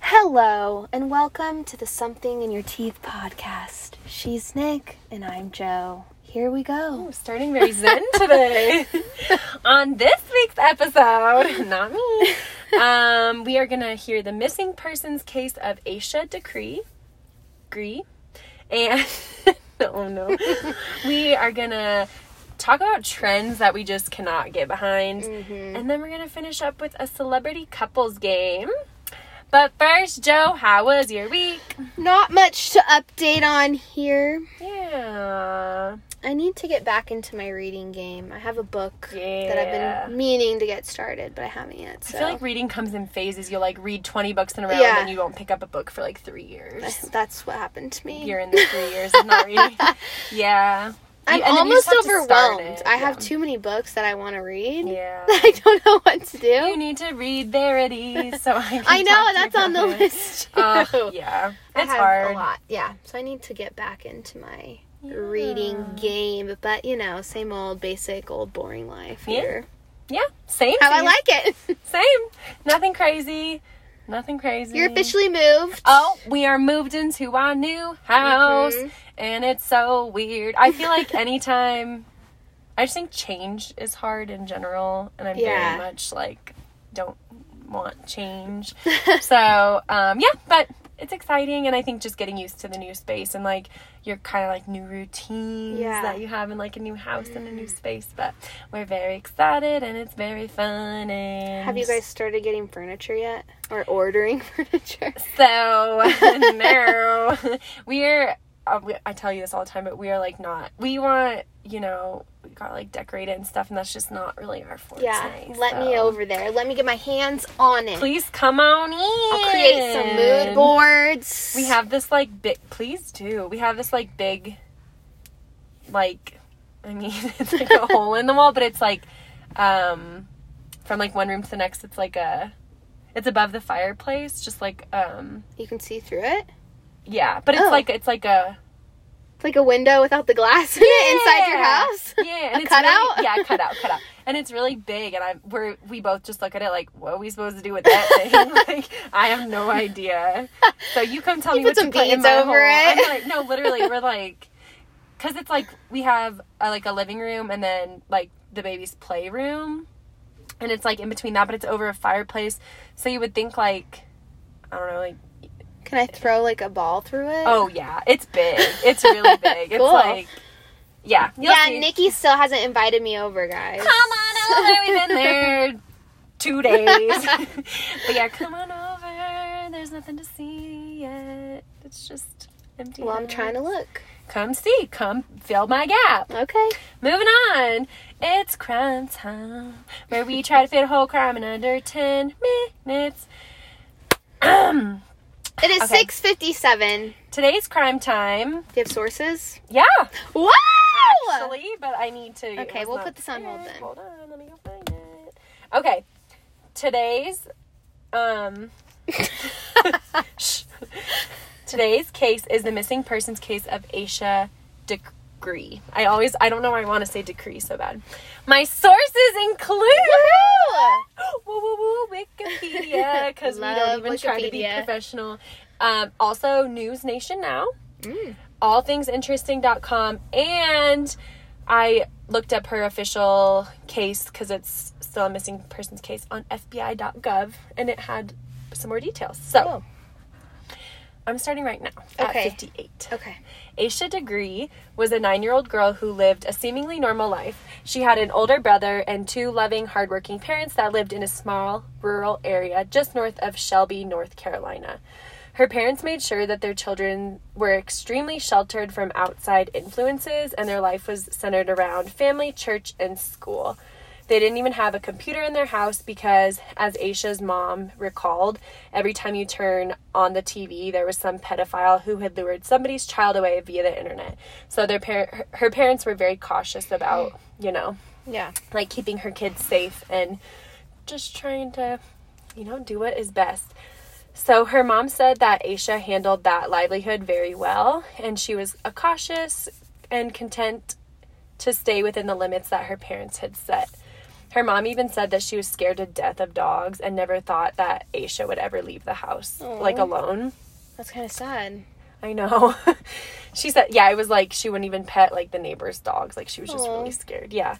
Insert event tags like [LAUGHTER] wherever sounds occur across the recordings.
Hello, and welcome to the Something in Your Teeth podcast. She's Nick, and I'm Joe. Here we go. I'm starting very zen today. On this week's episode, [LAUGHS] not me, um, we are going to hear the missing persons case of Aisha Decree. Gree. And, [LAUGHS] oh no. we are going to talk about trends that we just cannot get behind. And then we're going to finish up with a celebrity couples game. But first, Joe, how was your week? Not much to update on here. Yeah. I need to get back into my reading game. I have a book that Yeah. I've been meaning to get started, but I haven't yet. So I feel like reading comes in phases. You'll like read 20 books in a row Yeah. and then you won't pick up a book for like three years. that's what happened to me. You're in the three years of not [LAUGHS] reading. Yeah. I'm You- and then you almost just have to start overwhelmed. it. I have too many books that I want to read. Yeah. [LAUGHS] I don't know what to do. you need to read Verity so I [LAUGHS] can I know, talk to you that's on the about it. list. [LAUGHS] Too. Uh, yeah. I It's have hard. a lot. Yeah. So I need to get back into my Yeah. reading game, but you know, same old basic old boring life Yeah. here. Yeah. Same. How I same, like it. [LAUGHS] Same. Nothing crazy. Nothing crazy. You're officially moved. Oh, we are moved into our new house, Mhm. and it's so weird. I feel like anytime, I just think change is hard in general, and I'm Yeah. very much like don't want change. so, um, yeah, but it's exciting, and I think just getting used to the new space and like your kind of like new routines Yeah. Mm. that you have in like a new house and a new space. But we're very excited, and it's very fun. And Have you guys started getting furniture yet? Or ordering [LAUGHS] furniture? So [LAUGHS] no, we're. Uh, we, I tell you this all the time, but we are like not. We want you know we got like decorated and stuff, and that's just not really our forte. Yeah. Let me so- over there. Let me get my hands on it. Please come on in. I'll create some mood boards. We have this like big. Please do. We have this like big. Like, I mean, [LAUGHS] it's like a hole in the wall, but it's like, um, from like one room to the next, it's like a, it's above the fireplace, just like um, You can see through it. yeah, but it's Oh. like it's like a It's like a window without the glass [LAUGHS] in it inside your Yeah. house. [LAUGHS] yeah, A and it's cutout? Really, yeah, cutout, cutout, and it's really big. And I'm we're we both just look at it like, what are we supposed to do with that thing? [LAUGHS] like, I have no idea. So you come tell You me put what you some put in beads my over hole. it. I'm like, no, literally, we're like, because it's like we have a, like a living room and then like the baby's playroom, and it's like in between that, but it's over a fireplace. So you would think like, I don't know, like. Can I throw like a ball through it? Oh yeah, it's big. [LAUGHS] It's really big. It's Cool. like yeah. you'll yeah, see. Nikki still hasn't invited me over, guys. Come on over. We've been there [LAUGHS] two days. but yeah, come on over. There's nothing to see yet. It's just empty. Well, I'm trying to house. look. Come see. Come fill my gap. Okay. Moving on. It's crime time, where we try to fit a whole crime in under ten minutes. [CLEARS THROAT] Um, It is Okay. 6:57. Do today's crime time. you have sources? Yeah. Wow! [LAUGHS] actually, but I need to. Okay, it's we'll not put this on hold there. then. Hold on, let me go find it. Okay, today's um, [LAUGHS] shh. today's case is the missing persons case of Aisha Decree. I always, I don't know why I want to say Decree so bad. My sources include. Woo, woo, woo, Wikipedia, because we Love don't even try to be Wikipedia. professional. Um, also, News Nation Now Mm. allthingsinteresting.com and I looked up her official case because it's still a missing persons case on FBI.gov and it had some more details. So Cool. I'm starting right now Okay. at 58. Okay. Aisha Degree was a nine year old girl who lived a seemingly normal life. She had an older brother and two loving, hardworking parents that lived in a small rural area just north of Shelby, North Carolina. Her parents made sure that their children were extremely sheltered from outside influences, and their life was centered around family, church, and school. They didn't even have a computer in their house because, as Aisha's mom recalled, every time you turn on the TV, there was some pedophile who had lured somebody's child away via the internet. So their par- her- her parents were very cautious about, you know, Yeah. like keeping her kids safe and just trying to, you know, do what is best. So her mom said that Aisha handled that livelihood very well and she was a cautious and content to stay within the limits that her parents had set. Her mom even said that she was scared to death of dogs and never thought that Aisha would ever leave the house, like Aw. alone. That's kind of sad. I know. [LAUGHS] she said, yeah, it was like she wouldn't even pet like the neighbor's dogs. Like she was just Aw. really scared. Yeah.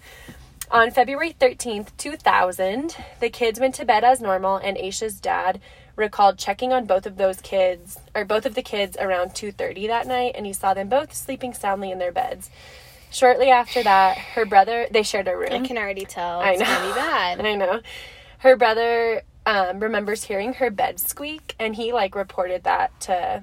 On February 13th, 2000, the kids went to bed as normal, and Aisha's dad recalled checking on both of those kids or both of the kids around 2:30 that night and he saw them both sleeping soundly in their beds. Shortly after that, her brother, they shared a room. I can already tell. Mm-hmm. I It's know. gonna be bad. [LAUGHS] I know. Her brother um, remembers hearing her bed squeak, and he like reported that to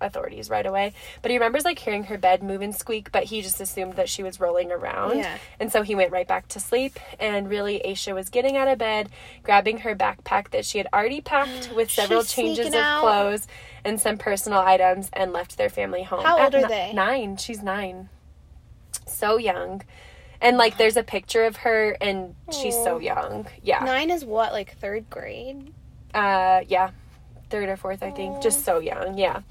authorities right away. But he remembers like hearing her bed move and squeak, but he just assumed that she was rolling around. Yeah. And so he went right back to sleep. And really, Aisha was getting out of bed, grabbing her backpack that she had [GASPS] already packed with several She's changes of sneaking out. clothes and some personal items, and left their family home. How old At are ni- they? Nine. She's nine. So young. And like there's a picture of her and she's so young. Yeah. Nine is what, like third grade? Uh yeah. Third or fourth, I think. Just so young. Yeah.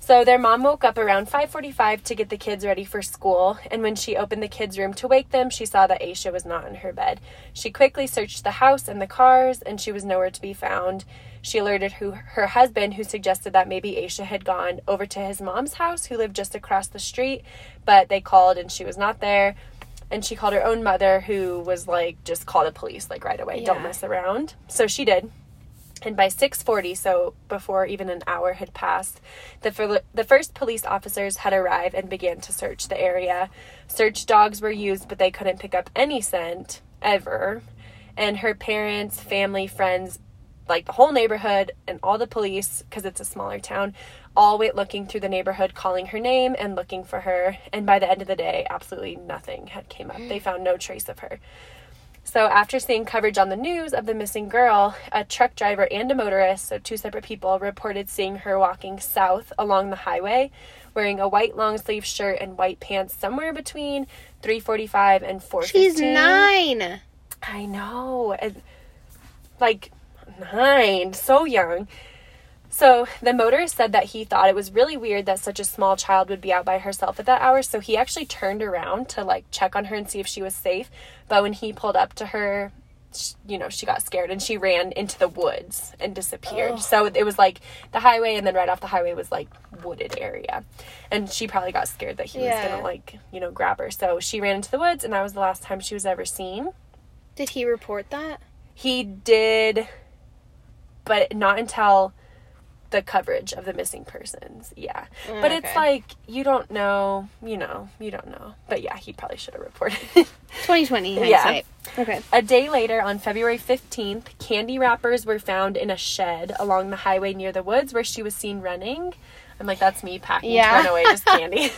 So their mom woke up around 5:45 to get the kids ready for school, and when she opened the kids' room to wake them, she saw that Aisha was not in her bed. She quickly searched the house and the cars, and she was nowhere to be found. She alerted who, her husband, who suggested that maybe Aisha had gone over to his mom's house, who lived just across the street, but they called and she was not there. And she called her own mother, who was like, just call the police, like right away. Don't Yeah. mess around. So she did and by 6:40 so before even an hour had passed the fir- the first police officers had arrived and began to search the area search dogs were used but they couldn't pick up any scent ever and her parents family friends like the whole neighborhood and all the police because it's a smaller town all went looking through the neighborhood calling her name and looking for her and by the end of the day absolutely nothing had came up they found no trace of her so, after seeing coverage on the news of the missing girl, a truck driver and a motorist, so two separate people, reported seeing her walking south along the highway, wearing a white long sleeve shirt and white pants somewhere between 3:45 and 4:15. She's nine. I know. and, Like nine, so young. So the motorist said that he thought it was really weird that such a small child would be out by herself at that hour. So he actually turned around to like check on her and see if she was safe. But when he pulled up to her, sh you know, she got scared and she ran into the woods and disappeared. So it was like the highway, and then right off the highway was like wooded area, and she probably got scared that he was Yeah. gonna like you know grab her. So she ran into the woods, and that was the last time she was ever seen. Did he report that? He did, but not until the coverage of the missing persons. Yeah. But it's okay. like, you don't know, you know, you don't know. But yeah, he probably should have reported. [LAUGHS] 2020 Yeah. hindsight. Okay. A day later, on February 15th, candy wrappers were found in a shed along the highway near the woods where she was seen running. I'm like, that's me packing Yeah. to run away, [LAUGHS] just candy.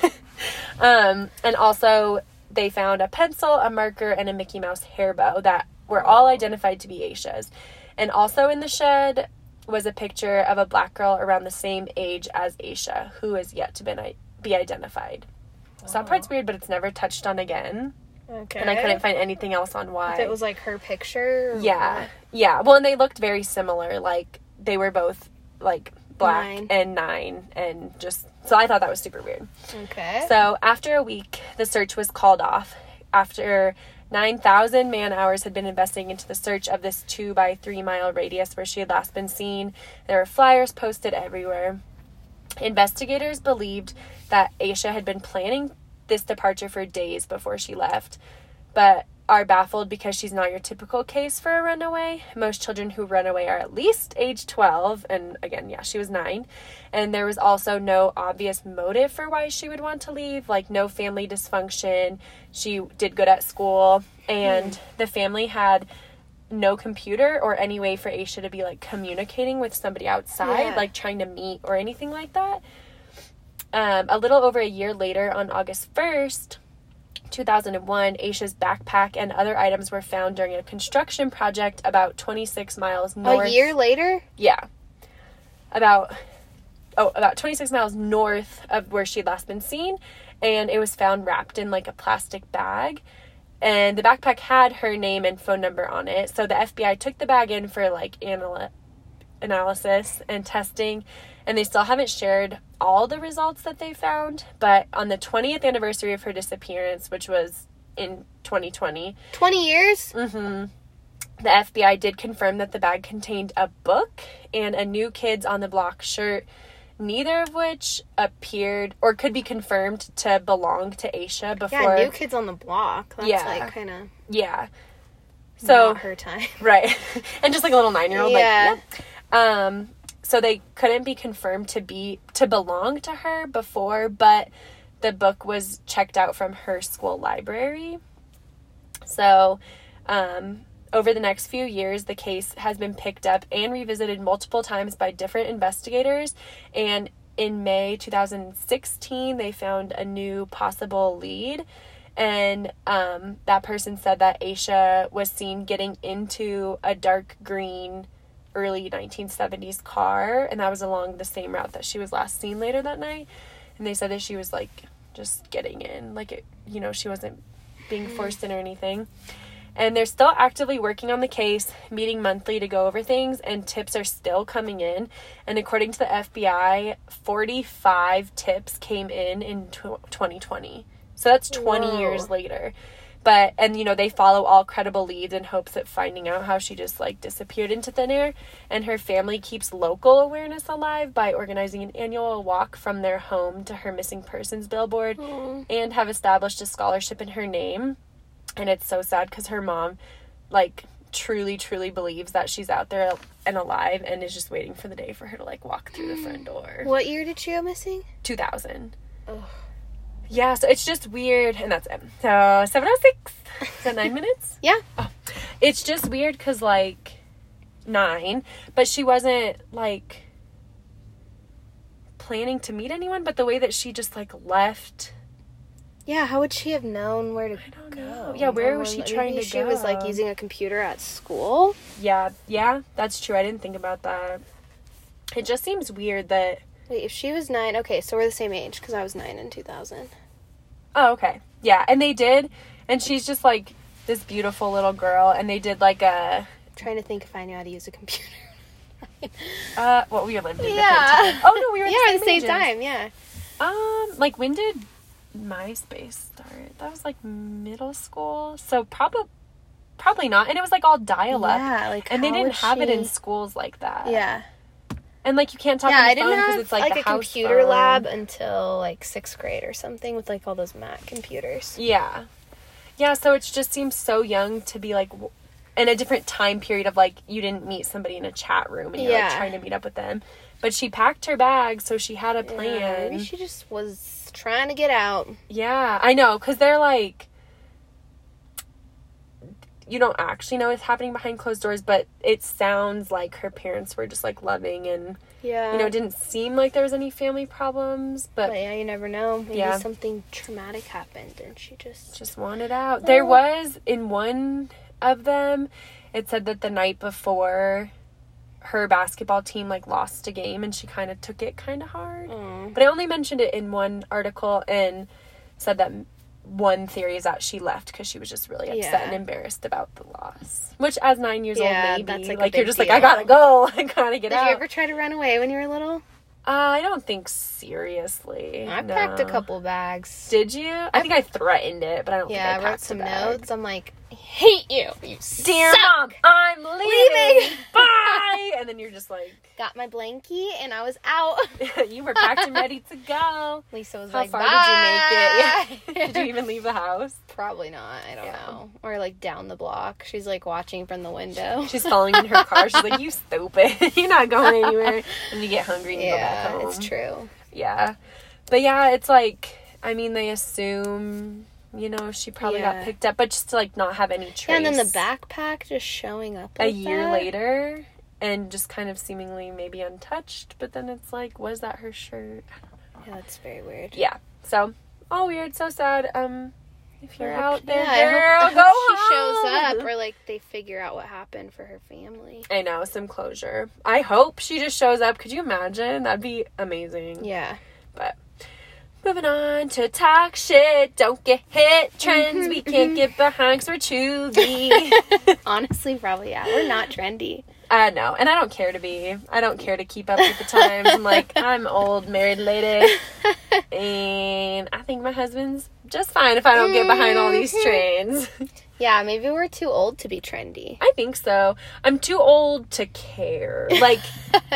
um, and also, they found a pencil, a marker, and a Mickey Mouse hair bow that were all identified to be Aisha's. And also in the shed was a picture of a black girl around the same age as Aisha, who has yet to been, i- be identified. So that part's weird, but it's never touched on again. Okay. And I couldn't find anything else on why. If it was like her picture. or Yeah. Yeah. Well, and they looked very similar. Like they were both like black Nine. and nine and just so I thought that was super weird. what. Okay. So after a week, the search was called off after 9,000 man hours had been investing into the search of this two by three mile radius where she had last been seen. There were flyers posted everywhere. Investigators believed that Aisha had been planning this departure for days before she left, but are baffled because she's not your typical case for a runaway. Most children who run away are at least age 12, and again, yeah, she was nine. And there was also no obvious motive for why she would want to leave, like no family dysfunction. She did good at school, and the family had no computer or any way for Aisha to be like communicating with somebody outside, Yeah. like trying to meet or anything like that. Um, a little over a year later, on August 1st, 2001, Aisha's backpack and other items were found during a construction project about 26 miles north. a year later? Yeah. About oh, about 26 miles north of where she'd last been seen, and it was found wrapped in like a plastic bag. And the backpack had her name and phone number on it. So the FBI took the bag in for like anal- analysis and testing, and they still haven't shared all the results that they found. But on the 20th anniversary of her disappearance, which was in 2020. 20 years? The FBI did confirm that the bag contained a book and a new Kids on the Block shirt, neither of which appeared or could be confirmed to belong to Aisha Yeah, before. new kids on the block. That's Yeah. like kind of Yeah. So not her time. right, [LAUGHS] and just like a little nine year old, Yeah. like yeah. Um, so they couldn't be confirmed to be to belong to her before, but the book was checked out from her school library. So, um, over the next few years, the case has been picked up and revisited multiple times by different investigators. And in May 2016, they found a new possible lead. And um, that person said that Aisha was seen getting into a dark green early 1970s car. And that was along the same route that she was last seen later that night. And they said that she was like just getting in, like it, you know, she wasn't being forced in or anything. And they're still actively working on the case, meeting monthly to go over things, and tips are still coming in. And according to the FBI, 45 tips came in in tw- 2020. So that's 20 Whoa. years later. But, and you know, they follow all credible leads in hopes of finding out how she just like disappeared into thin air. And her family keeps local awareness alive by organizing an annual walk from their home to her missing persons billboard and have established a scholarship in her name and it's so sad because her mom like truly truly believes that she's out there and alive and is just waiting for the day for her to like walk through the front door [GASPS] What year did she go missing? 2000 Ugh. yeah so it's just weird and that's it so 706 so nine minutes [LAUGHS] Yeah. it's just weird because like nine but she wasn't like planning to meet anyone but the way that she just like left Yeah, how would she have known where to i don't go? know yeah where Or was she maybe trying to she go was like using a computer at school. Yeah, yeah, that's true. I didn't think about that. It just seems weird that. Wait, if she was nine, okay, so we're the same age because I was nine in 2000. Oh, okay. Yeah, and they did, and she's just like this beautiful little girl, and they did like a trying to think if I knew how to use a computer. [LAUGHS] uh, what we were living in Yeah. different time. Oh no, we [LAUGHS] were yeah, at at the same, ages. time. Yeah. Um, like when did MySpace start? That was like middle school, so probably probably not. And it was like all dial up. Yeah, like And they how didn't would have it in she- schools like that. Yeah. And like you can't talk Yeah, on the I didn't phone because have it's like, like, the a house computer phone. lab until like sixth grade or something with like all those Mac computers. Yeah. Yeah, so it just seems so young to be like w- in a different time period of like you didn't meet somebody in a chat room and you're like Yeah. trying to meet up with them. But she packed her bag, so she had a Yeah, plan. Yeah, maybe she just was trying to get out. I know, because they're like, you don't actually know what's happening behind closed doors, but it sounds like her parents were just like loving and, Yeah. you know, it didn't seem like there was any family problems, but But yeah, you never know. Maybe Yeah. something traumatic happened and she just just wanted out. There was in one of them, it said that the night before her basketball team like lost a game and she kind of took it kind of hard. oh. But I only mentioned it in one article and said that one theory is that she left because she was just really upset Yeah. and embarrassed about the loss. Which, as nine years Yeah, old, maybe that's, like, a like you're big just like I deal. gotta go, [LAUGHS] I gotta get Did out. you ever try to run away when you were little? uh, I don't think seriously. I packed a no. couple bags. Did you? I think I threatened it, but I don't yeah, think I wrote I, packed a some bag. notes. I'm like, I hate you. You dear suck. mom, I'm leaving. Leaving. [LAUGHS] Bye. and then you're just like, [LAUGHS] Got my blankie and I was out. [LAUGHS] you were packed and ready to go. Lisa was How like, far Bye. [LAUGHS] did you make it? Yeah. did you even leave the house? Probably not. I don't Yeah. know. Or like down the block. She's like watching from the window. She's falling in her car. She's like, you stupid. [LAUGHS] you're not going anywhere. And you get hungry and you go back yeah, home. it's true. Yeah. But yeah, it's like, I mean, they assume, you know, she probably Yeah. got picked up, but just to like not have any trace. Yeah, and then the backpack just showing up a like year that. later and just kind of seemingly maybe untouched, but then it's like, was that her shirt? Yeah, that's very weird. yeah so all weird so sad um if you're Rip. out there Yeah, I hope- girl, go I hope she shows home. up or like they figure out what happened for her family. i know some closure i hope she just shows up could you imagine that'd be [LAUGHS] amazing Yeah. but moving on to talk shit don't get [LAUGHS] hit trends we can't get behind because we're choosy [LAUGHS] Honestly, probably yeah. We're not trendy. I know, and I don't care to be. I don't care to keep up with the times. [LAUGHS] I'm like, I'm old married lady, and I think my husband's just fine if I don't get behind all these Mm-hmm. trends. Yeah, maybe we're too old to be trendy. I think so. I'm too old [LAUGHS] to care. Like,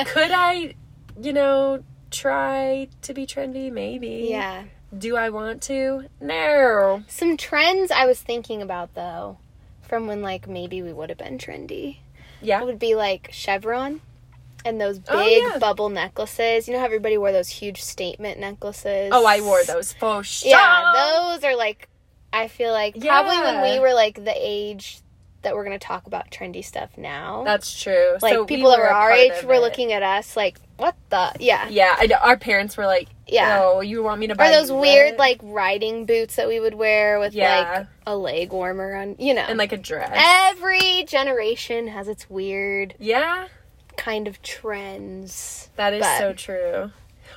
could I, you know, try to be trendy? Maybe. Yeah. Do I want to? No. Some trends I was thinking about though, from when like maybe we would have been trendy, Yeah. would be like chevron and those big Oh, yeah. bubble necklaces. You know how everybody wore those huge statement necklaces? Oh, I wore those for sure. Yeah, those are like I feel like probably when Yeah. we were like the age that we're gonna talk about trendy stuff now. That's true. like So we people that were a our part age of were it. looking at us like, what the yeah. Yeah, I know. our parents were like, Yeah. "Oh, you want me to buy Or those you weird what?" like riding boots that we would wear with Yeah. like a leg warmer on you know. and like a dress." Every generation has its weird yeah, kind of trends. that is But- so true.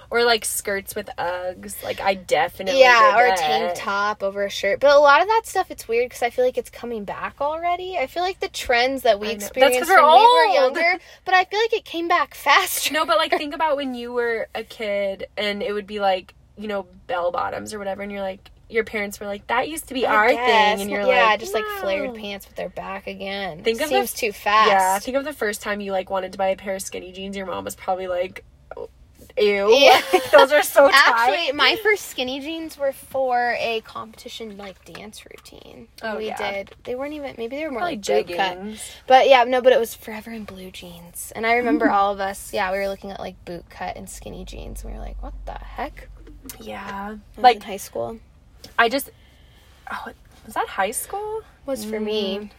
Or like skirts with Uggs. Like I definitely yeah, did or a that. tank top over a shirt. But a lot of that stuff, it's weird because I feel like it's coming back already. I feel like the trends that we I know. That's 'cause experienced we're when we were old. [LAUGHS] younger, but I feel like it came back faster. No, but like think about when you were a kid and it would be like you know bell bottoms or whatever, and you're like your parents were like that used to be I our guess. thing, and you're yeah, like just like flared "No." pants, but they're back again. Think of the- Seems too fast. Yeah, think of the first time you like wanted to buy a pair of skinny jeans. Your mom was probably like, "Ew, Yeah. [LAUGHS] those are so tight." [LAUGHS] Actually, my first skinny jeans were for a competition like dance routine. Oh, we yeah. did. They weren't even. Maybe they were more Probably like boot cut. jeggings. But yeah, no. But it was forever in blue jeans, and I Mm. remember all of us. Yeah, we were looking at like boot cut and skinny jeans, and we were like, "What the heck?" Yeah, I was in like high school I just. Oh, was that high school? was for Mm. me.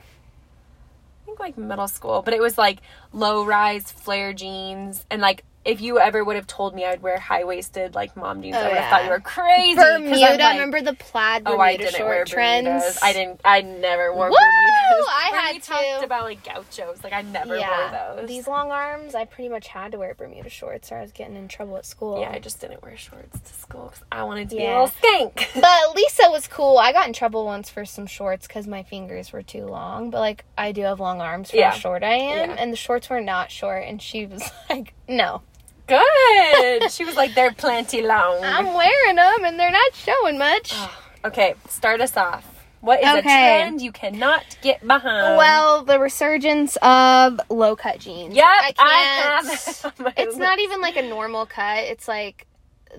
I think like middle school, but it was like low rise flare jeans and like. If you ever would have told me I'd wear high waisted like mom jeans, Oh, I would have yeah. thought you were crazy. 'cause I'm Bermuda. like, remember the plaid oh, Bermuda I didn't short wear trends? Bermudas. I didn't. I never wore Woo! Bermudas. I When had we talked to. about like gauchos. Like I never yeah, wore those. these long arms. I pretty much had to wear Bermuda shorts, or I was getting in trouble at school. yeah, I just didn't wear shorts to school because I wanted to be Yeah. a little skink. [LAUGHS] But Lisa was cool. I got in trouble once for some shorts because my fingers were too long. But like, I do have long arms for Yeah. how short I am, Yeah. and the shorts were not short. And she was [LAUGHS] like, "No, Good. she was like, they're plenty long. I'm wearing them, and they're not showing much." Okay, start us off. What is a Okay. trend you cannot get behind? well, the resurgence of low cut jeans. yep, I I, can't. have. it on my [LAUGHS] it's not even like a normal cut. It's like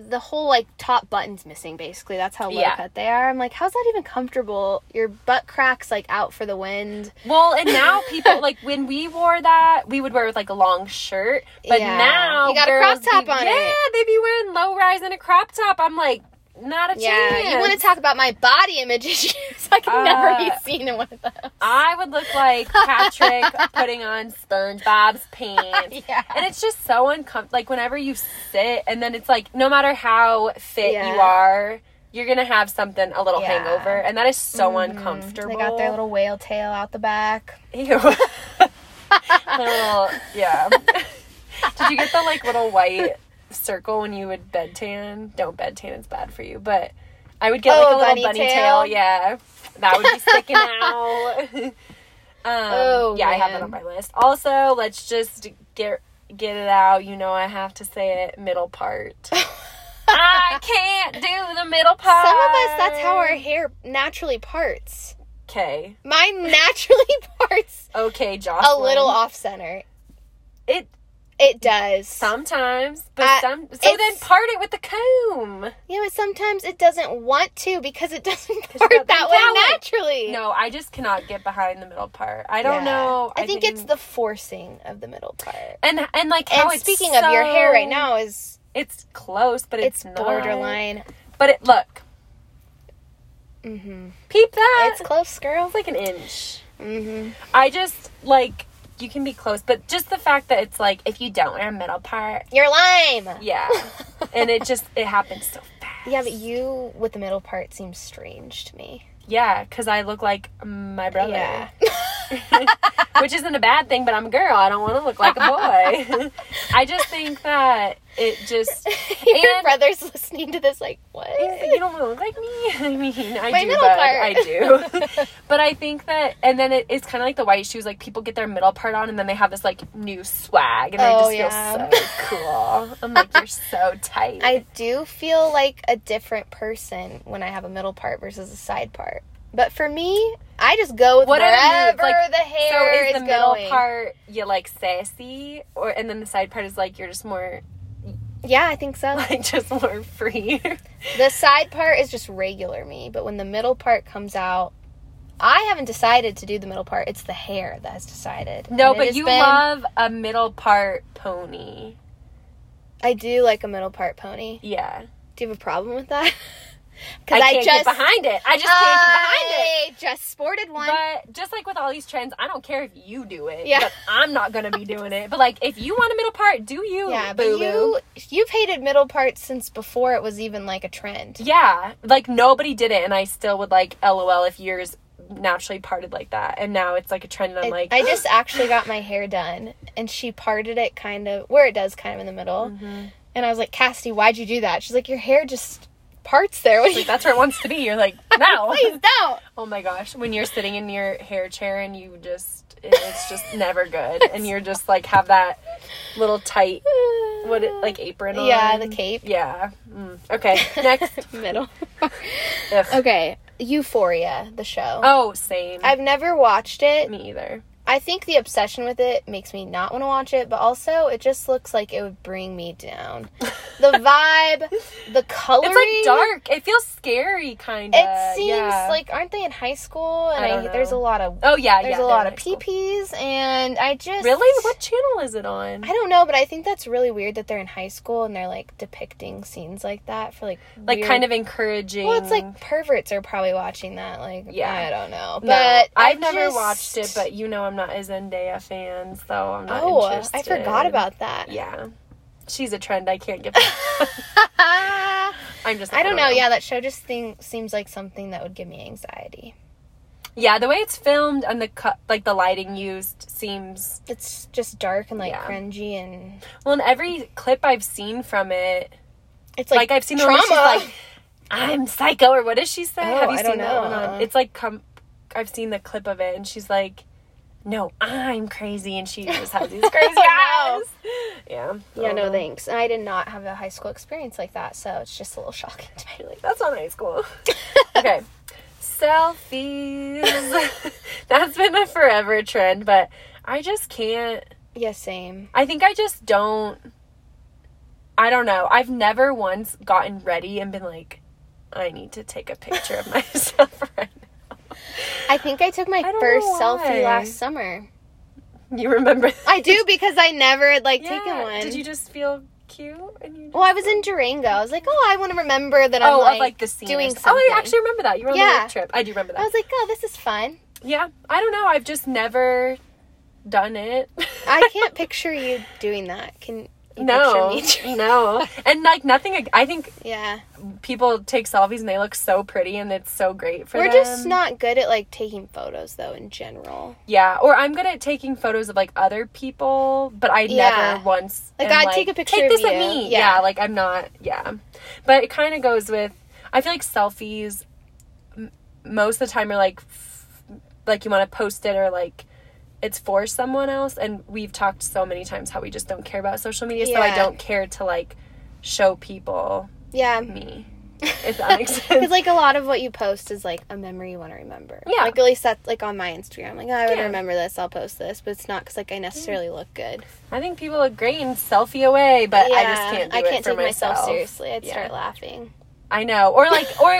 the whole like top button's missing basically that's how low Yeah. cut they are i'm like how's that even comfortable your butt cracks like out for the wind list. Well, and now people like when we wore that, we would wear with like a long shirt, but Yeah. now You got a girls crop top be- on yeah, it. they be wearing low rise and a crop top. I'm like, not a Yeah, chance. you want to talk about my body image [LAUGHS] issues? I could never be Uh, seen in one of those. I would look like [LAUGHS] Patrick putting on SpongeBob's pants. Yeah. And it's just so uncomfortable. Like, whenever you sit, and then it's like, no matter how fit Yeah. you are, you're going to have something, a little Yeah. Mm-hmm. hangover. And that is so They uncomfortable. got their little whale tail out the [LAUGHS] back. Ew. [LAUGHS] Their little- yeah. Did you get the, like, little white circle when you would bed tan? Don't bed tan, it's bad for you. But I would get, Oh, like, a a little bunny bunny, tail? tail. Yeah. That would be [LAUGHS] sticking out. Um, Oh, yeah, I have man. it on my list. Also, let's just get get it out. You know, I have to say it. Middle part. I can't do the middle part. Some of us, that's how Uh-huh. our hair naturally parts. Okay. Mine naturally [LAUGHS] parts Okay, a Jocelyn. little off center. It It does. sometimes, but I- some. So it's- then part it with the comb. yeah, but sometimes it doesn't want to because it [LAUGHS] doesn't got part the that way talent. naturally. No, I just cannot get behind the middle part. I don't Yeah. know. I, think, it's the forcing of the middle part. and and like how And it's speaking of your hair right so- now is it's close, but it's, it's not. borderline. But it look, Mm-hmm. peep that. It's close, girl. it's like an inch. Mm-hmm. I just like you can be close, but just the fact that it's like if you don't wear a middle part, You're lime. yeah, [LAUGHS] and it just it happens so fast. Yeah, but you with the middle part seems strange to me. [LAUGHS] Yeah, because I look like my brother. Yeah. [LAUGHS] which isn't a bad thing, but I'm a girl. I don't want to look like a boy. [LAUGHS] I just think that it just Your and brother's listening to this, like, what? you don't want to look like me. [LAUGHS] I mean, I My do, middle but part. I do. [LAUGHS] but I think that, and then it, it's kind of like the white shoes. Like people get their middle part on, and then they have this like new swag, and Oh, I just yeah. feel so cool. I'm like, you're so [LAUGHS] tight. [LAUGHS] I do feel like a different person when I have a middle part versus a side part. But for me, I just go with Whatever wherever moves, like, the hair so is is, the middle going. part you like sassy, or and then the side part is like you're just more [LAUGHS] Yeah, I think so. like just [LAUGHS] more free. the side part is just regular me, but when the middle part comes out, I haven't decided to do the middle part. It's the hair that has decided. no, And it but has you been- love a middle part pony. I do like a middle part pony. Yeah, Do you have a problem with that? [LAUGHS] I Because can't get behind it. I just can't get behind I it. just sported one. But just like with all these trends, I don't care if you do it. Yeah. But I'm not gonna be doing it. But like, if you want a middle part, do you? yeah, but boo you you've hated middle parts since before it was even like a trend. Yeah, like nobody did it, and I still would like LOL if yours naturally parted like that, and now it's like a trend, and I'm I, like, I just actually got my hair done, and she parted it kind of where it does, kind of in the middle. Mm-hmm. And I was like, Cassidy, why'd you do that? She's like, your hair just parts there. What do [GASPS] like, you? that's where it wants to be. You're like, [LAUGHS] no. [LAUGHS] Please don't. Oh my gosh, when you're sitting in your hair chair and you just, it's just never good, and you're just like have that little tight what it, like apron [LAUGHS] on. Yeah, the cape. Yeah. Mm. Okay. [LAUGHS] Next. middle. Ugh. okay, Euphoria, the show. Oh, same. I've never watched it. me either. I think the obsession with it makes me not want to watch it, but also it just looks like it would bring me [LAUGHS] down. The vibe, the coloring. It's like dark. It feels scary, kind of. It seems like aren't they in high school? And I I, don't know. there's a lot of Oh yeah, yeah. there's they're a lot in of high school. peepees, and I just Really? What channel is it on? I don't know, but I think that's really weird that they're in high school and they're like depicting scenes like that for like Like weird- kind of encouraging. well, it's like perverts are probably watching that. Like Yeah. I don't know, No, but I I've never just- watched it, but you know I'm not a Zendaya fan, so I'm not oh, interested. I forgot about that. Yeah, she's a trend. I [LAUGHS] can't get. behind. I'm just. I don't know. Yeah, that show just thing seems like something that would give me anxiety. Yeah, the way it's filmed and the co- like the lighting used seems It's just dark and like Yeah. cringy and Well, in every clip I've seen from it, it's like, like, I've seen the one trauma. where she's like, "I'm psycho," or what does she say? Oh, Have I you seen don't that know. one? On? It's like com- I've seen the clip of it, and she's like, "No, I'm crazy," and she just [LAUGHS] has these crazy No. eyes. Yeah. [LAUGHS] yeah, "Oh." no thanks. I did not have a high school experience like that, so it's just a little shocking [LAUGHS] to me. You're like, That's not high school. [LAUGHS] okay. Selfies. [LAUGHS] That's been a forever trend, but I just can't. Yeah, same. I think I just don't. I don't know. I've never once gotten ready and been like, I need to take a picture of [LAUGHS] myself right I think I took my don't first know why. selfie last summer. now. You remember? [LAUGHS] I [LAUGHS] do because I never had like Yeah. taken one. Did you just feel cute? And you just, well, I was in Durango. I was like, oh, I want to remember that I'm oh, like, of like the scene. or doing something. Oh, something. I actually remember that. You were on the Yeah. work trip. I do remember that. I was like, oh, this is fun. yeah. I don't know. I've just never done it. I can't [LAUGHS] picture you doing that. Can you no. picture [LAUGHS] me? no. And like nothing. ag- I think yeah, people take selfies and they look so pretty and it's so great for we're them. just not good at like taking photos though in general. Yeah, or I'm good at taking photos of like other people, but I Yeah. never once Like, am I'd take a picture Take of this of you." me. Yeah. Yeah. like I'm not. Yeah, but it kind of goes with. I feel like selfies, m- most of the time, are like, f- like you want to post it or like it's for someone else. And we've talked so many times how we just don't care about social media, so I Yeah. don't care to like show people Yeah, me. Mm, If [LAUGHS] that makes sense. Because like a lot of what you post is like a memory you want to remember. Yeah. Like at least that's like on my Instagram. Like oh, I would Yeah. remember this. I'll post this, but it's not because like I necessarily look good. I think people look great and selfie away, but I just Yeah, can't. Do I it can't for take myself, myself seriously. I'd Yeah. start laughing. I know, or like, or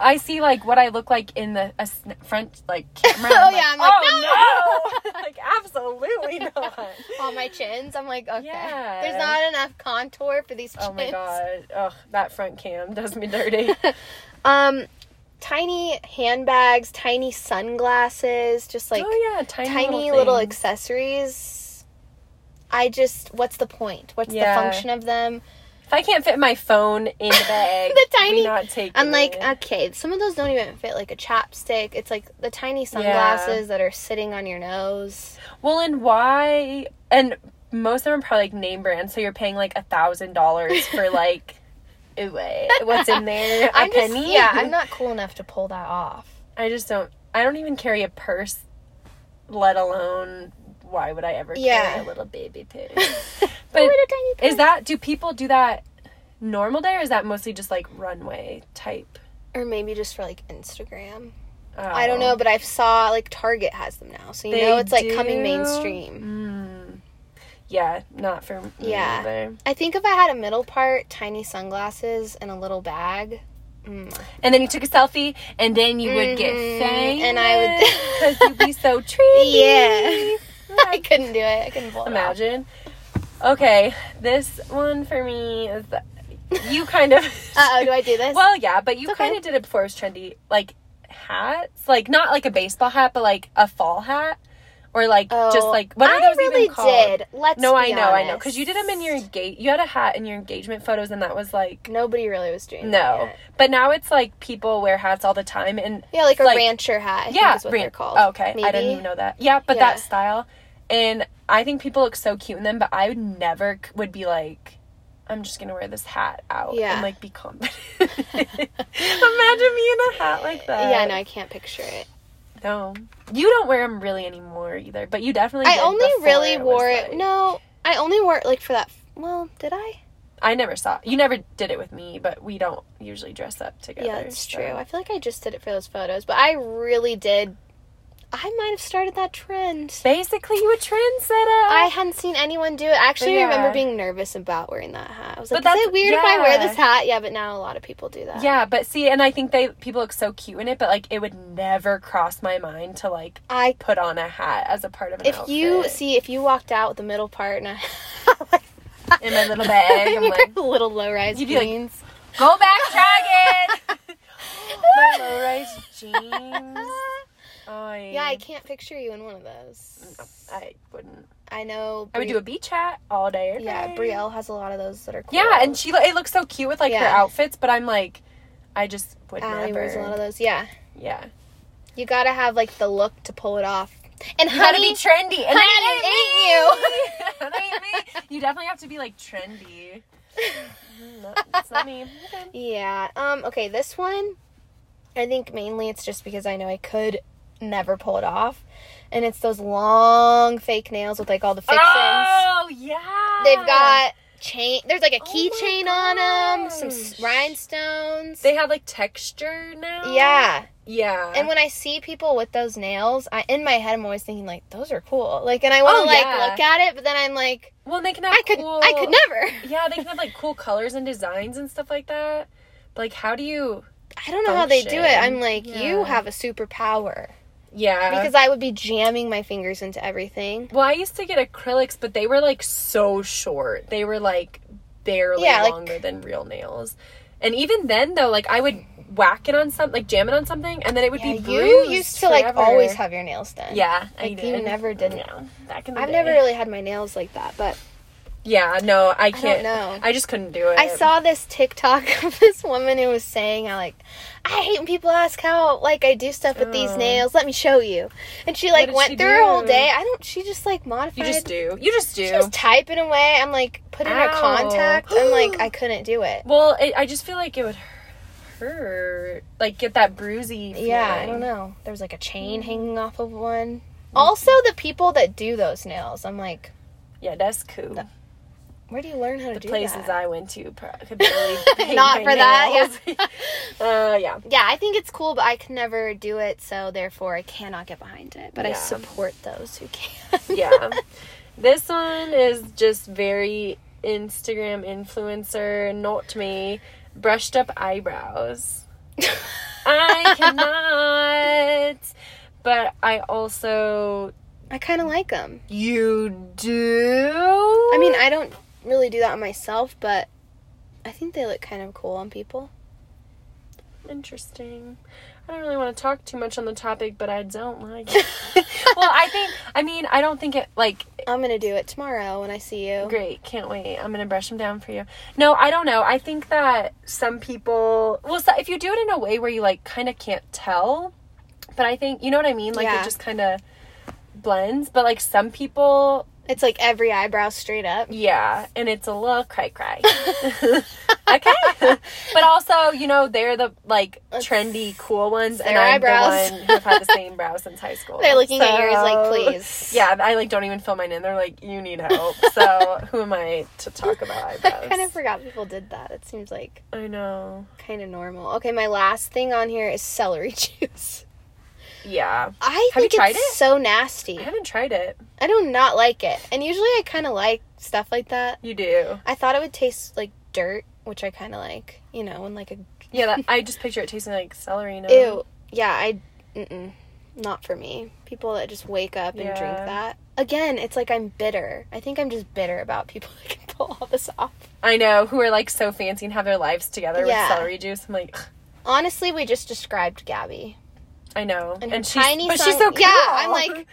I see like what I look like in the a sn- front [LAUGHS] like camera. Oh, yeah, I'm like, oh no, [LAUGHS] like [LAUGHS] absolutely not. All my chins. I'm like okay. Yeah. There's not enough contour for these. Chins. Oh my god, ugh, that front cam does me dirty. Um, tiny handbags, tiny sunglasses, just [LAUGHS] like oh yeah, tiny, tiny little things. accessories. I just what's the point? What's Yeah. the function of them? If I can't fit my phone in [LAUGHS] the bag, The tiny- we not taking I'm like, uh, it. okay, some of those don't even fit like a chapstick. It's like the tiny sunglasses that are sitting on your nose. well, and why? And most of them are probably like name brands, so you're paying like a thousand dollars for [LAUGHS] like eh, wha- [LAUGHS] what's in there? A I'm just- penny? yeah, I'm not cool enough to pull that off. I just don't. I don't even carry a purse, let alone. Why would I ever Yeah. carry a little baby [LAUGHS] purse? But [LAUGHS] But tiny Is that do people do that normal day or is that mostly just like runway type? or maybe just for like Instagram. Oh. I don't know, but I've saw like Target has them now, so you They know it's like coming do? mainstream. Mm. Yeah, not for me Yeah. either. I think if I had a middle part, tiny sunglasses, and a little bag. Mm. [LAUGHS] And then you took a selfie, and then you would get Mhm. famous, And I would- [LAUGHS] because you'd be so trendy. Yeah, I couldn't do it. I couldn't pull it off. Imagine. Okay, this one for me is you kind [LAUGHS] of. Uh oh, do I do this? Well, yeah, but you It's okay. kind of did it before it was trendy. Like hats, like not like a baseball hat, but like a fall hat, or like just Oh, like what are I those really even called? did. Let's No, be I know, I know, honest. because Mm, you did them in your engage. You had a hat in your engagement photos, and that was like Nobody really was doing that no. yet. But now it's like people wear hats all the time, and Yeah, like a Like- rancher hat. I yeah, think is what ran- they're called. okay, I Maybe. didn't even know that. Yeah, but Yeah. that style, and I think people look so cute in them. But I would never c- would be like. I'm just gonna wear this hat out Yeah. and like be confident. [LAUGHS] Imagine me in a hat like that. Uh, Yeah, no, I can't picture it. No. You don't wear them really anymore either, but you definitely I did only before really was, wore it. like- No, I only wore it like for that. Well, did I? I never saw. You never did it with me, but we don't usually dress up together. yeah, that's so- true. I feel like I just did it for those photos, but I really did. I might have started that trend. Basically, you a trendsetter. I hadn't seen anyone do it. I actually But yeah. remember being nervous about wearing that hat. I was like, But is that's- it weird if I wear yeah. this hat? Yeah, but now a lot of people do that. Yeah, but see, and I think they people look so cute in it, but like it would never cross my mind to like I put on a hat as a part of an if you outfit. see if you walked out with the middle part and I [LAUGHS] in my little bag, I'm your like, little low rise You'd be like, jeans. [LAUGHS] go back, dragon. my low-rise [LAUGHS] jeans. Oh, yeah, I can't picture you in one of those. I wouldn't. I know. I would do a beach hat all day. every Yeah, day. Brielle has a lot of those that are cool. Yeah, and she it looks so cute with like her Yeah. outfits, but I'm like, I just would Allie never. wears Ah, a lot of those. Yeah, yeah, you gotta have like the look to pull it off. And you gotta honey, be trendy. And honey, that ain't me. [LAUGHS] That ain't me. You definitely have to be like trendy. Mm, No, it's not me. Okay. yeah. Um. Okay, this one, I think mainly it's just because I know I could never pull it off, and it's those long fake nails with like all the fixins. Oh yeah, They've got chain. There's like a Oh my keychain on them, some s- gosh. rhinestones. They have like texture now. yeah. yeah. And when I see people with those nails, I in my head I'm always thinking like those are cool. Like and I want to Oh, like yeah. look at it, but then I'm like well, they can have I could cool, I could never. Yeah, they can have like cool colors and designs and stuff like that. But like, how do you? I don't know how they do it. Function. I'm like you Yeah. have a superpower Yeah, because I would be jamming my fingers into everything. Well, I used to get acrylics, but they were like so short. They were like barely Yeah, like- longer than real nails. And even then, though, like I would whack it on something, like jam it on something, and then it would Yeah, be you bruised. used to like forever. always have your nails done. Yeah, I Like, did. you never did. Yeah, back in the I've day. never really had my nails like that, but Yeah, no, I can't. know. I just couldn't do it. I saw this TikTok [LAUGHS] of this woman who was saying, "I like, I hate when people ask how like I do stuff with these Oh. nails. Let me show you." And she like did went she through her whole do? day. I don't. She just like modified. You just do. You just do. She was typing away. I'm like putting her Ow. contact. I'm like [GASPS] I couldn't do it. well, it, I just feel like it would hurt. Like get that bruisey. Feeling. Yeah, I don't know. There was like a Mm. chain hanging off of one. Also, the people that do those nails, I'm like, Yeah, that's cool. where do you learn how to the do places that? I went to pro- could barely paint [LAUGHS] Not my for that. nails. [LAUGHS] Yeah. Uh, yeah. yeah, I think it's cool, but I can never do it, so therefore I cannot get behind it. But I Yeah. support those who can. [LAUGHS] Yeah. this one is just very Instagram influencer, not me. Brushed up eyebrows. [LAUGHS] I cannot. But I also I kind of like them. you do. I I mean, I don't really do that on myself, but I think they look kind of cool on people. interesting. I don't really want to talk too much on the topic, but I don't [LAUGHS] like it. [LAUGHS] well, I think, I mean, I don't think it, like, I'm gonna do it tomorrow when I see you. Great, can't wait. I'm gonna brush them down for you. No, I don't know. I think that some people, well, so if you do it in a way where you like kind of can't tell, but I think you know what I mean. Like Yeah. it just kind of blends. But like some people, It's like every eyebrow straight [LAUGHS] up. [LAUGHS] yeah, and it's a little cry cry. okay, but also you know they're the like trendy, cool ones, and their I'm eyebrows. the one who've had the same brow since [LAUGHS] high school. They're looking at yours like, So- please. [LAUGHS] yeah, I like don't even fill mine in. They're like, you need help. So who am I to talk about eyebrows? [LAUGHS] [LAUGHS] I kind of forgot people did that. It seems like I know. kind of normal. Okay, my last thing on here is celery [LAUGHS] juice. Yeah, I Have you think tried it's it? so nasty. I haven't tried it. I do not like it. And usually I kind of like stuff like that. You do. I thought it would taste like dirt, which I kind of like, you know, and like a Yeah, that, I just picture it tasting like celery. No? ew. Yeah, I mm-mm, not for me. People that just wake up and drink Yeah. that. Again, it's like I'm bitter. I think I'm just bitter about people [LAUGHS] that can pull all this off. I know who are like so fancy and have their lives together Yeah. with celery juice. I'm like, ugh, Honestly, we just described Gabby. I know. And her she's tiny but she's sign- so cool. Yeah, I'm like-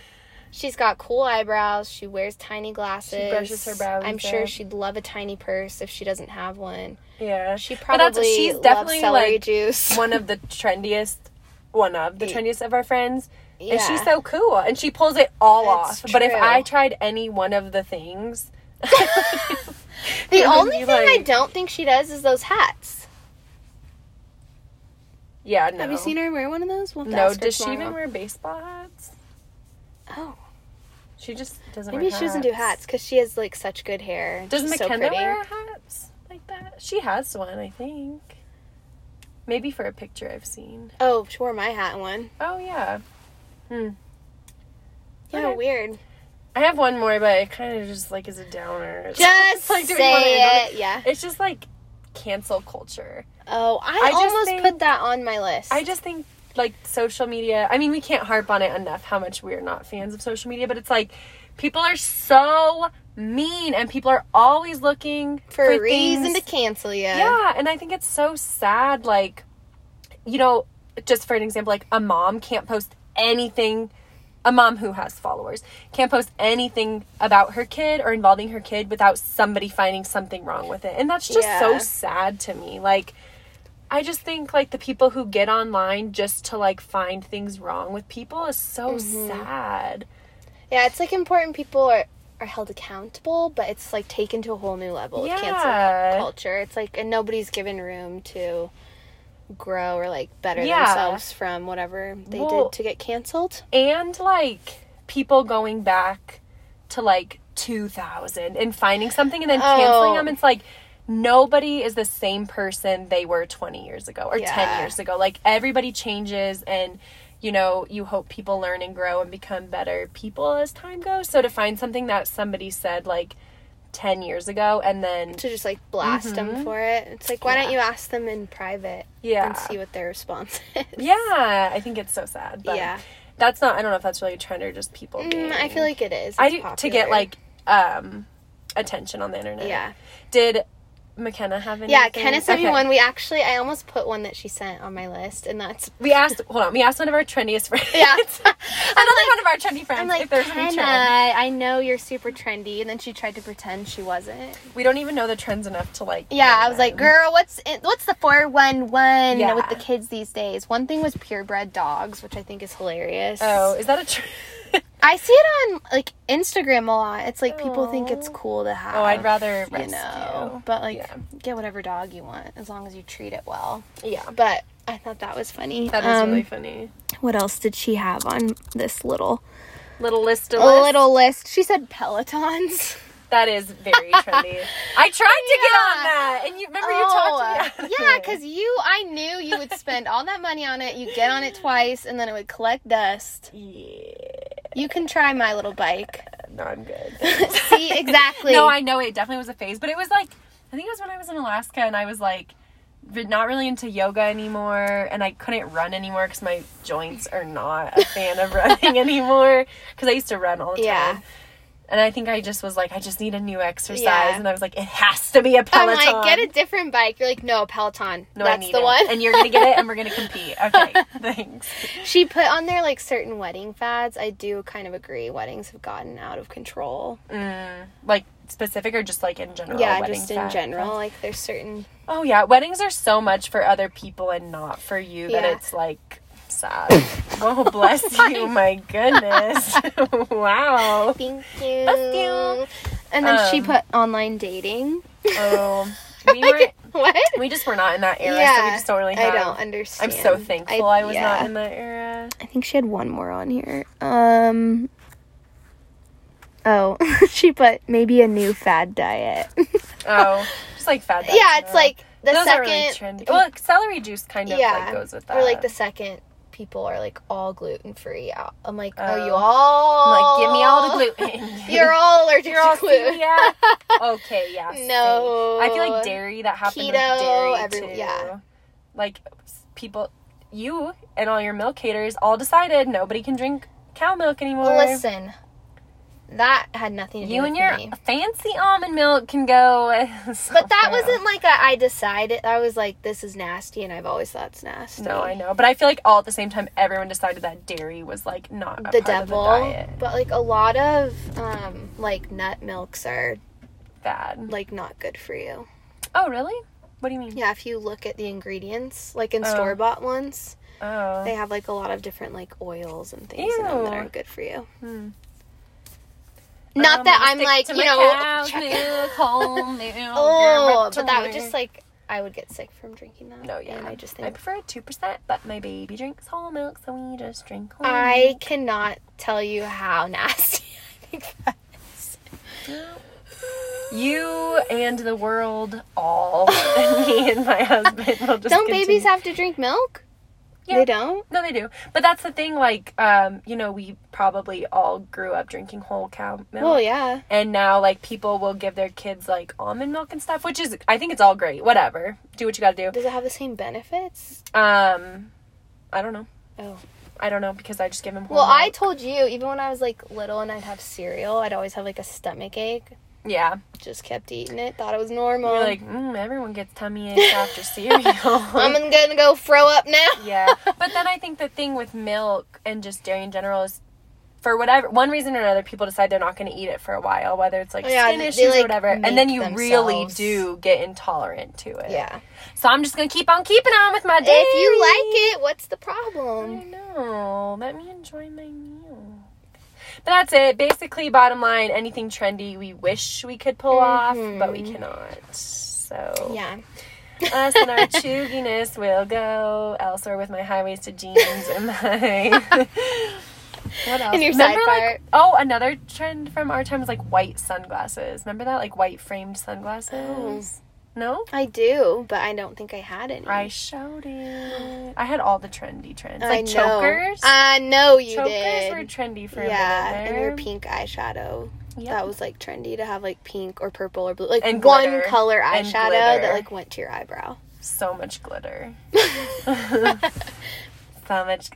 She's got cool eyebrows. She wears tiny glasses. brushes her brows I'm and sure stuff. she'd love a tiny purse if she doesn't have one. yeah. She But that's- probably she's loves definitely, celery like, juice. [LAUGHS] One of the trendiest, one of the Ye- trendiest of our friends. And Yeah. she's so cool, and she pulls it all That's off. But if true. I tried any one of the [LAUGHS] things, The It would only be thing I like- don't think she does is those hats. yeah, no. Have you seen her wear one of those? We'll have to No, ask her does she tomorrow. even wear baseball hats? Oh, She just doesn't. maybe wear she doesn't do hats because she has like such good hair. and Does she's so McKenna pretty. wear hats like that? She has one, I think. Maybe for a picture I've seen. Oh, she wore my hat in one. Oh yeah. Hmm. Yeah, Okay. [LAUGHS] weird. I have one more, but it kind of just like is a downer. Just [LAUGHS] Like, do we wanna say end on it. Yeah. It's just like cancel culture. Oh, I, I just almost think- put that on my list. I just think like social media. I mean, we can't harp on it enough how much we're not fans of social media, but it's like people are so mean and people are always looking for, a reason things- to cancel you. Yeah, and I think it's so sad. Like, you know, just for an example, like a mom can't post anything. A mom who has followers can't post anything about her kid or involving her kid without somebody finding something wrong with it. And that's just Yeah. so sad to me. Like, I just think like the people who get online just to like find things wrong with people is so sad. Yeah, it's like important people are are held accountable, but it's like taken to a whole new level with cancel Yeah. cu- culture. It's like and nobody's given room to grow or like better Yeah. themselves from whatever they Well- did to get canceled. and like people going back to like 2000 and finding something and then canceling Oh. them it's like nobody is the same person they were 20 years ago or Yeah. 10 years ago like everybody changes and you know you hope people learn and grow and become better people as time goes so to find something that somebody said like 10 years ago and then To just like blast them for it. It's like why don't Mm-hmm. Yeah. you ask them in private yeah and see what their response [LAUGHS] is? yeah i think it's so sad but Yeah. that's not i don't know if that's really a trend or just people Mm, I being- feel like it is. I It's do to popular. get like um attention on the internet. Yeah. Did McKenna have any? Yeah, Kenna sent me Okay. one. We actually I almost put one that she sent on my list and [LAUGHS] that's We asked. Hold on. We asked one of our trendiest friends. [LAUGHS] Yeah. Another one of our trendy friends. I'm if like, there's Kenna, any trend. I know you're super trendy. And then she tried to pretend she wasn't. We don't even know the trends enough to like. Yeah, know I was like, them. girl, what's in, what's the 411 Yeah. with the kids these days? One thing was purebred dogs, which I think is hilarious. Oh, is that a trend? I see it on like Instagram a lot. It's like people think Aw. it's cool to have. [LAUGHS] oh, I'd rather you rescue. know, but like Yeah. get whatever dog you want as long as you treat it well. Yeah. But I thought that was funny. That is Um, really funny. What else did she have on this little Little list of lists. little list? She said Pelotons. [LAUGHS] That is very trendy. I tried to get on Yeah. Oh, that, and you remember you talked to me. yeah, because you, I knew you would spend all that money on it. You get on it twice, and then it would collect dust. yeah. [LAUGHS] You can try my little bike. No, I'm good. [LAUGHS] [LAUGHS] See exactly. No, I know it definitely was a phase, but it was like I think it was when I was in Alaska and I was like re- not really into yoga anymore and I couldn't run anymore because my [LAUGHS] joints are not a fan of running anymore because I used to run all the Yeah. time. And I think I just was like, I just need a new exercise. Yeah. And I was like, it has to be a I'm Peloton. like, get a different bike. You're like, no, Peloton. No, I That's need the it. one. And [LAUGHS] you're going to get it and we're going to compete. Okay, thanks. She put on there like certain wedding fads. I do kind of agree. Weddings have gotten out of control. Mm, like specific or just like in general? yeah, Oh, wedding just in fat? general. Like there's certain. Oh, yeah. Weddings are so much for other people and not for you Yeah. that it's like [LAUGHS] sad. oh, bless you. My goodness. Um, wow. Thank you. Bless you. And then she Um, put online dating. [LAUGHS] Oh, we, I were, didn't- what? we just were not in that era, so we just don't really I have. don't understand. I'm so thankful I, was yeah. not in that [LAUGHS] era. I think she had one more on here. Um. Oh, [LAUGHS] she put maybe a new fad diet. [LAUGHS] yeah, Oh, just like fad. diets in it's general. like the uh, Those second. are really trendy. Well, like, celery juice kind of like goes with that. Or like the second people are like all gluten free. I'm like, oh, Oh. you all I'm like, give me all the gluten. [LAUGHS] [LAUGHS] You're all allergic You're all to gluten. celiac. [LAUGHS] okay, yeah. same. No. I feel like dairy that happened Keto, with dairy every- too. yeah. Like s- people, you and all your milk haters all decided nobody can drink cow milk anymore. Listen, that had nothing to do You with and your [LAUGHS] me. fancy almond milk can go. But [LAUGHS] that somewhere wasn't like a, I decided. I was like, this is nasty, and I've always thought it's nasty. No, I know, but I feel like all at the same time, everyone decided that dairy was like not the a part of the devil. diet. but like a lot of um like nut milks are Bad. like not good for you. Oh, really? What do you mean? Yeah, if you look at the ingredients, like in Oh. store bought ones, Oh, They have like a lot of different like oils and things in them that Ew. aren't good for you. Hmm. Not Um, that I'll I'm stick like to you my know, cow's milk, whole milk, [LAUGHS] oh, direct but that would milk. just like I would get sick from drinking that. No, yeah. and I just I [LAUGHS] Mm. think prefer two percent, but my baby drinks whole milk, so we just drink whole. I cannot tell you how [LAUGHS] nasty I think that is. milk. You and the world, all [LAUGHS] me and my husband. Will just Don't babies continue. have to drink milk? Yeah. They don't. No, they do. But that's the thing. Like, um, you know, we probably all grew up drinking whole cow milk. Well, yeah. and now like people will give their kids like almond milk and stuff which is i think it's all great whatever do what you gotta do Does it have the same benefits? um i don't know Oh. i don't know because i just give them whole Well, I milk. told you even when I was like little and I'd have cereal, I'd always have like a stomach ache. yeah Just kept eating it, thought it was normal. you're like [LAUGHS] mm, everyone gets tummy [LAUGHS] aches after cereal I'm gonna go throw up now. yeah but then i think the thing with milk and just dairy in general is for whatever one reason or another people decide they're not going to eat it for a while whether it's like Oh, Yeah, skin they, issues like, or whatever and then make you really themselves- do get intolerant to [LAUGHS] it Yeah. so i'm just going to keep on keeping on with my dairy If you like it, what's the I problem? know. Let me enjoy my meal. But that's it. Basically, bottom line, anything trendy we wish we could pull Mhm. off, but we cannot. So Yeah. us and our chooginess will go elsewhere with my high waisted jeans and my [LAUGHS] What else? And your side Remember, part. like, oh, another trend from our time was like white sunglasses. Remember that? Like white framed sunglasses? No? I do, but I don't think Oh. I had any. I showed it. I had all the trendy trends. I Like know. chokers. I know you Chokers did. were trendy for yeah, a minute and there. your pink eyeshadow. Yep. That was like trendy to have like pink or purple or blue, like And one glitter. color And eyeshadow glitter. that like went to your eyebrow. [LAUGHS] so much glitter. [LAUGHS]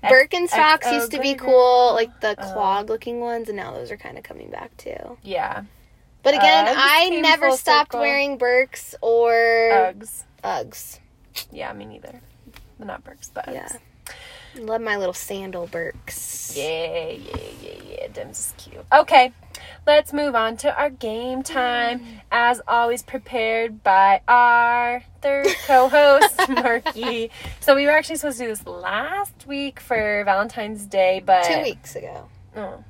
Birkenstocks So much used to be XO cool, like the Oh. clog looking ones, and now those are kind of coming back too. Yeah, But again, Uggs I Uh, came never full stopped circle. wearing Birks or Uggs. Uggs. Yeah, me neither. But not Birks, but Uggs. Yeah. Love my little sandal Birks. Yeah, yeah, yeah, yeah. Dems is cute. Okay, let's move on to our game time. Mm. As always, prepared by our [LAUGHS] third co-host, Marky. So we were actually supposed to do this last week for Valentine's Day, but Two weeks ago. Oh,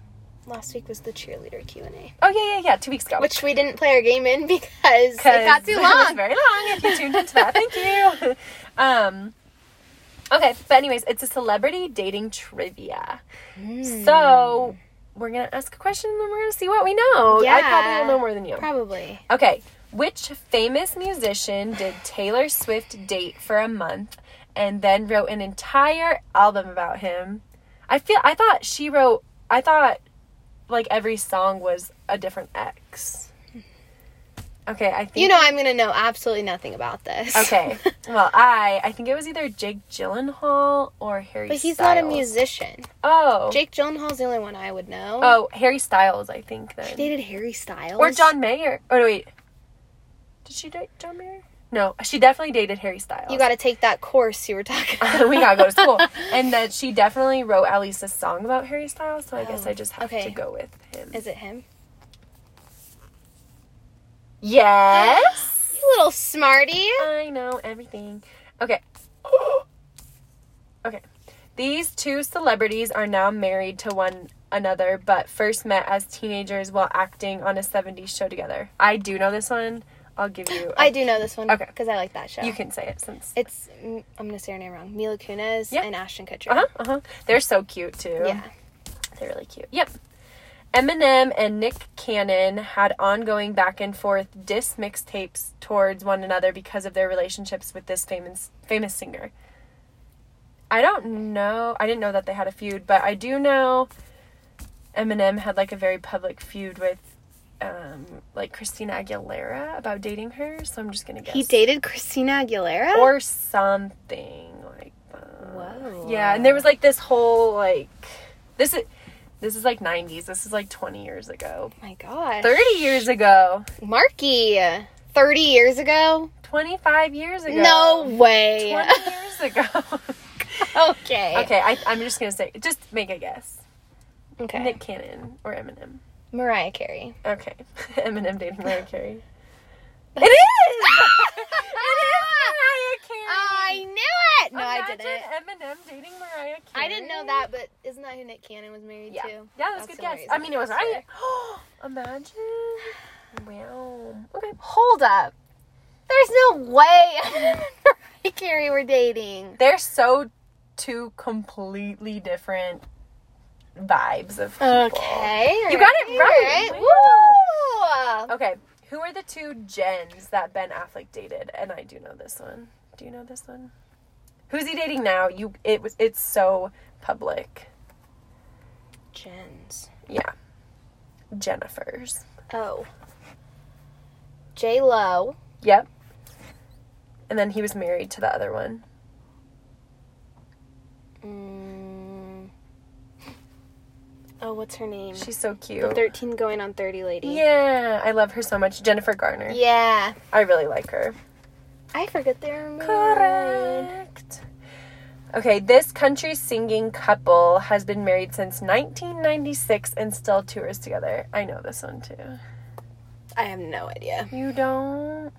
Last week was the cheerleader Q and A, oh yeah, yeah, yeah. Two weeks ago. which we didn't play our game in [LAUGHS] because it 'Cause got too [LAUGHS] it was long. very long. If you tuned into that, thank you. [LAUGHS] Um, okay, but anyways, it's a celebrity dating trivia. Hmm. So we're gonna ask a question and then we're gonna see what we know. I probably Yeah. will know more than you. Probably. Okay, which famous musician did Taylor Swift date for a month and then wrote an entire album about him? I feel I thought she wrote. I thought like every song was a different ex. Okay, I think You know, I'm gonna know absolutely nothing about this. Okay. well, I I think it was either Jake Gyllenhaal or [LAUGHS] Harry. but he's not a Styles. musician. Oh. Jake Gyllenhaal's the only one I would know. Oh, Harry Styles, I think then. She dated Harry Styles. or John Mayer. Oh no, wait. Did she date John Mayer? No, she definitely dated Harry Styles. You got to take that course you were talking. about. [LAUGHS] we gotta go [LAUGHS] to school. and that she definitely wrote at least a song about Harry Styles, so I guess Oh, I just have okay. to go with him. Is it him? yes. You little smarty. I know everything. Okay. [GASPS] Okay. These two celebrities are now married to one another, but first met as teenagers while acting on a 70s show together. I do know this one. I'll give you. I I do know this one. Okay. Because I like that show. You can say it since. It's mm, I'm gonna say her name wrong. Mila Kunis Yeah. and Ashton Kutcher. Uh huh. Uh huh. They're so cute too. Yeah. They're really cute. Yep. Eminem and Nick Cannon had ongoing back and forth diss mixtapes towards one another because of their relationships with this famous famous singer. I don't know. I didn't know that they had a feud, but I do know Eminem had like a very public feud with um like Christina Aguilera about dating her, so I'm just going to guess He dated Christina Aguilera. or something like that. Whoa. Yeah, and there was like this whole like this is this is like 90s. This is like 20 years ago. my gosh. 30 years ago. Marky. Thirty years ago. 25 years ago. No way. 20 years ago. [LAUGHS] okay. okay, I, I'm just gonna say, just make a guess. Okay. Nick Cannon or Eminem. Mariah Carey. Okay, [LAUGHS] Eminem dating Mariah Carey. It [LAUGHS] is. it is Mariah Carey. I knew it. Uh, No, I Imagine didn't. Eminem dating Mariah Carey. I didn't know that, but isn't that who Nick Cannon was married Yeah. to? Yeah, that's, a the good only guess. reason I mean, it was guessed right. [GASPS] Imagine. Wow. Okay. Hold up. There's no way [LAUGHS] Mariah Carey were dating. They're so two completely different vibes of people. Okay. You got it right. Woo! Okay. Who are the two gens that Ben Affleck dated? And I do know this one. Do you know this one? Who's he dating now? You. It was. It's so public. Jens. Yeah. Jennifer's. Oh. J Lo. Yep. And then he was married to the other one. Mm. Oh, what's her name? She's so cute. the 13 going on 30 lady. Yeah, I love her so much. Jennifer Garner. Yeah. I really like her. I forget their name. Correct. Okay, this country singing couple has been married since 1996 and still tours together. I know this one too. I have no idea. You don't?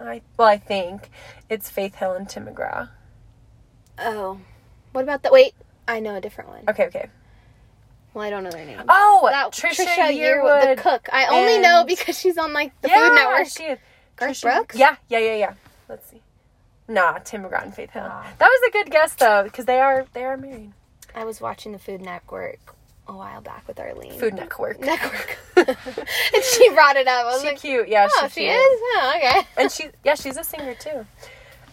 I well, I think it's Faith Hill and Tim McGraw. Oh. What about that? Wait. I know a different one. Okay, okay. Well, I don't know their name. Oh, that Trisha, Yearwood, Yearwood. the cook. I only know and- because she's on like the yeah, Food Network. She is. Garth Trisha- Brooks? Yeah, yeah, yeah, yeah. Let's see. Nah, Tim McGraw and Faith Hill. Ah. That was a good guess though, because they are they are married. I was watching the Food Network a while back with Arlene. Food Network. Network. [LAUGHS] and she brought it up. I was She like, cute, yeah. oh, she, she is? cute. Oh, okay. and she yeah she's a singer too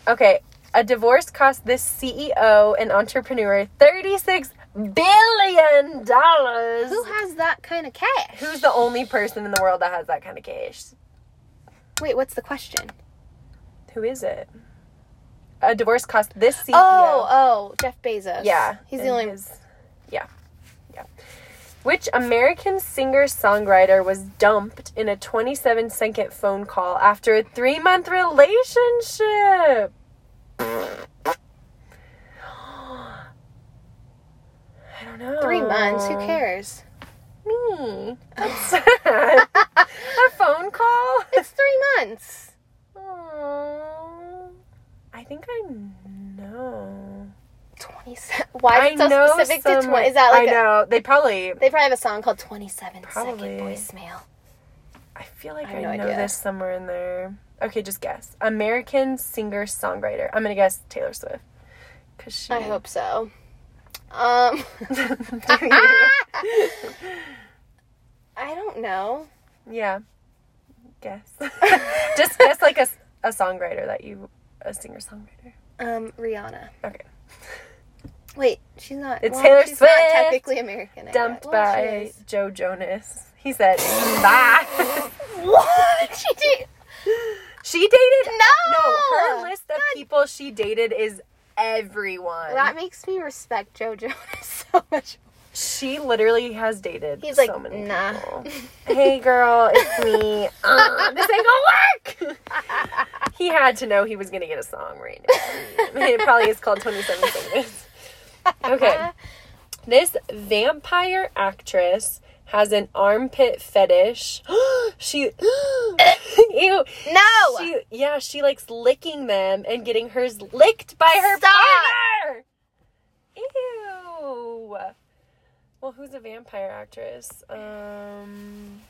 okay a divorce cost this ceo and entrepreneur 36 billion [LAUGHS] dollars Who has that kind of cash? who's the only person in the world that has that kind of cash Wait, what's the question? who is it a divorce cost this E ceo Oh, oh, Jeff Bezos. yeah He's the and only. his- yeah yeah which American singer songwriter was dumped in a 27 second phone call after a three month relationship? I don't know. Three months. Who [LAUGHS] cares? Me. That's [LAUGHS] sad. a phone call? It's three months. Aw. I think I know. Twenty-seven. Why is it so specific to someone- twenty? Is that like I a, know. They probably. they probably have a song called 27 Second Probably. voicemail? I feel like I I, have no know idea. this somewhere in there. Okay, just guess. American singer songwriter. I'm gonna guess Taylor Swift. Cause she. I hope so. Um, [LAUGHS] Do you? I don't know. [LAUGHS] yeah. Guess. [LAUGHS] just guess like a, s- a songwriter that you a singer songwriter. Um, Rihanna. Okay. Wait, she's not. It's well, Taylor she's Swift. Not technically American. I guess. Dumped Well, she by is. Joe Jonas. He said, bye. [LAUGHS] What? She did. she dated? No! No, her list of people she dated is everyone. That makes me respect Joe Jonas [LAUGHS] so much. She literally has dated He's so like, many "Nah." [LAUGHS] people. hey girl, it's me. Uh, this ain't gonna work. he had to know he was gonna get a song right now. [LAUGHS] [LAUGHS] it probably is called 27 Singers. Okay. This vampire actress has an armpit fetish. [GASPS] she ew. No. She, yeah, she likes licking them and getting hers licked by her Stop. partner. Ew. Well, who's a vampire actress? Um,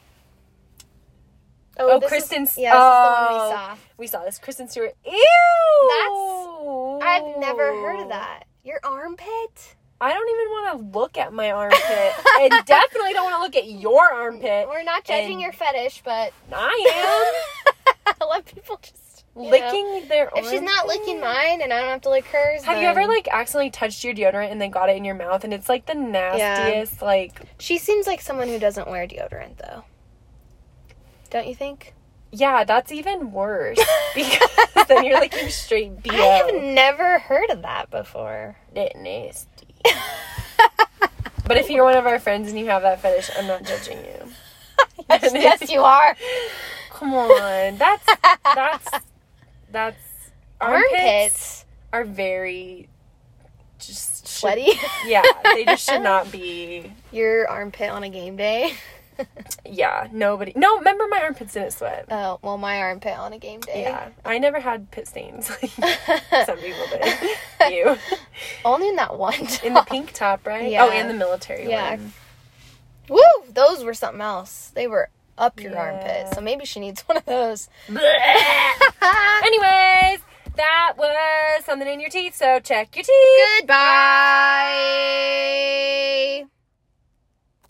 oh, Oh, this is- Kristen. S- yeah, this is the one oh, we saw. we saw this. Kristen Stewart. Ew. I've never heard of that. Your armpit? I don't even want to look at my armpit. [LAUGHS] I definitely don't want to look at your armpit. We're not judging And- your fetish, but [LAUGHS] I I let people just [LAUGHS] am you know. licking their. If she's not armpit. licking mine and I don't Oh. have to lick hers, Have you then- ever like accidentally touched your deodorant and then got it in your mouth and it's like the nastiest like She seems like someone who doesn't wear deodorant, though. Don't you [LAUGHS] think? yeah that's even [LAUGHS] worse [LAUGHS] because then you're licking straight BO. I have never heard of that before. That nasty. but if you're one of our friends and you have that fetish, I'm not judging you. [LAUGHS] [LAUGHS] yes, you are. Come on, that's [LAUGHS] that's that's armpits, Armpits. are very just [LAUGHS] should- Sweaty. [LAUGHS] yeah, they just should not be. Your armpit on a game day. [LAUGHS] Yeah, nobody. No, remember my armpits didn't sweat. Oh, well, my armpit on a game day. [LAUGHS] Yeah, I never had pit stains [LAUGHS] like some people did. You Only in that one. in the pink top, right? Yeah. Oh, and the military Yeah. one. Woo! Those were something else. They were up your Yeah. armpit. So maybe she needs one of those. Anyways, that was something in your teeth. So check your teeth. Goodbye.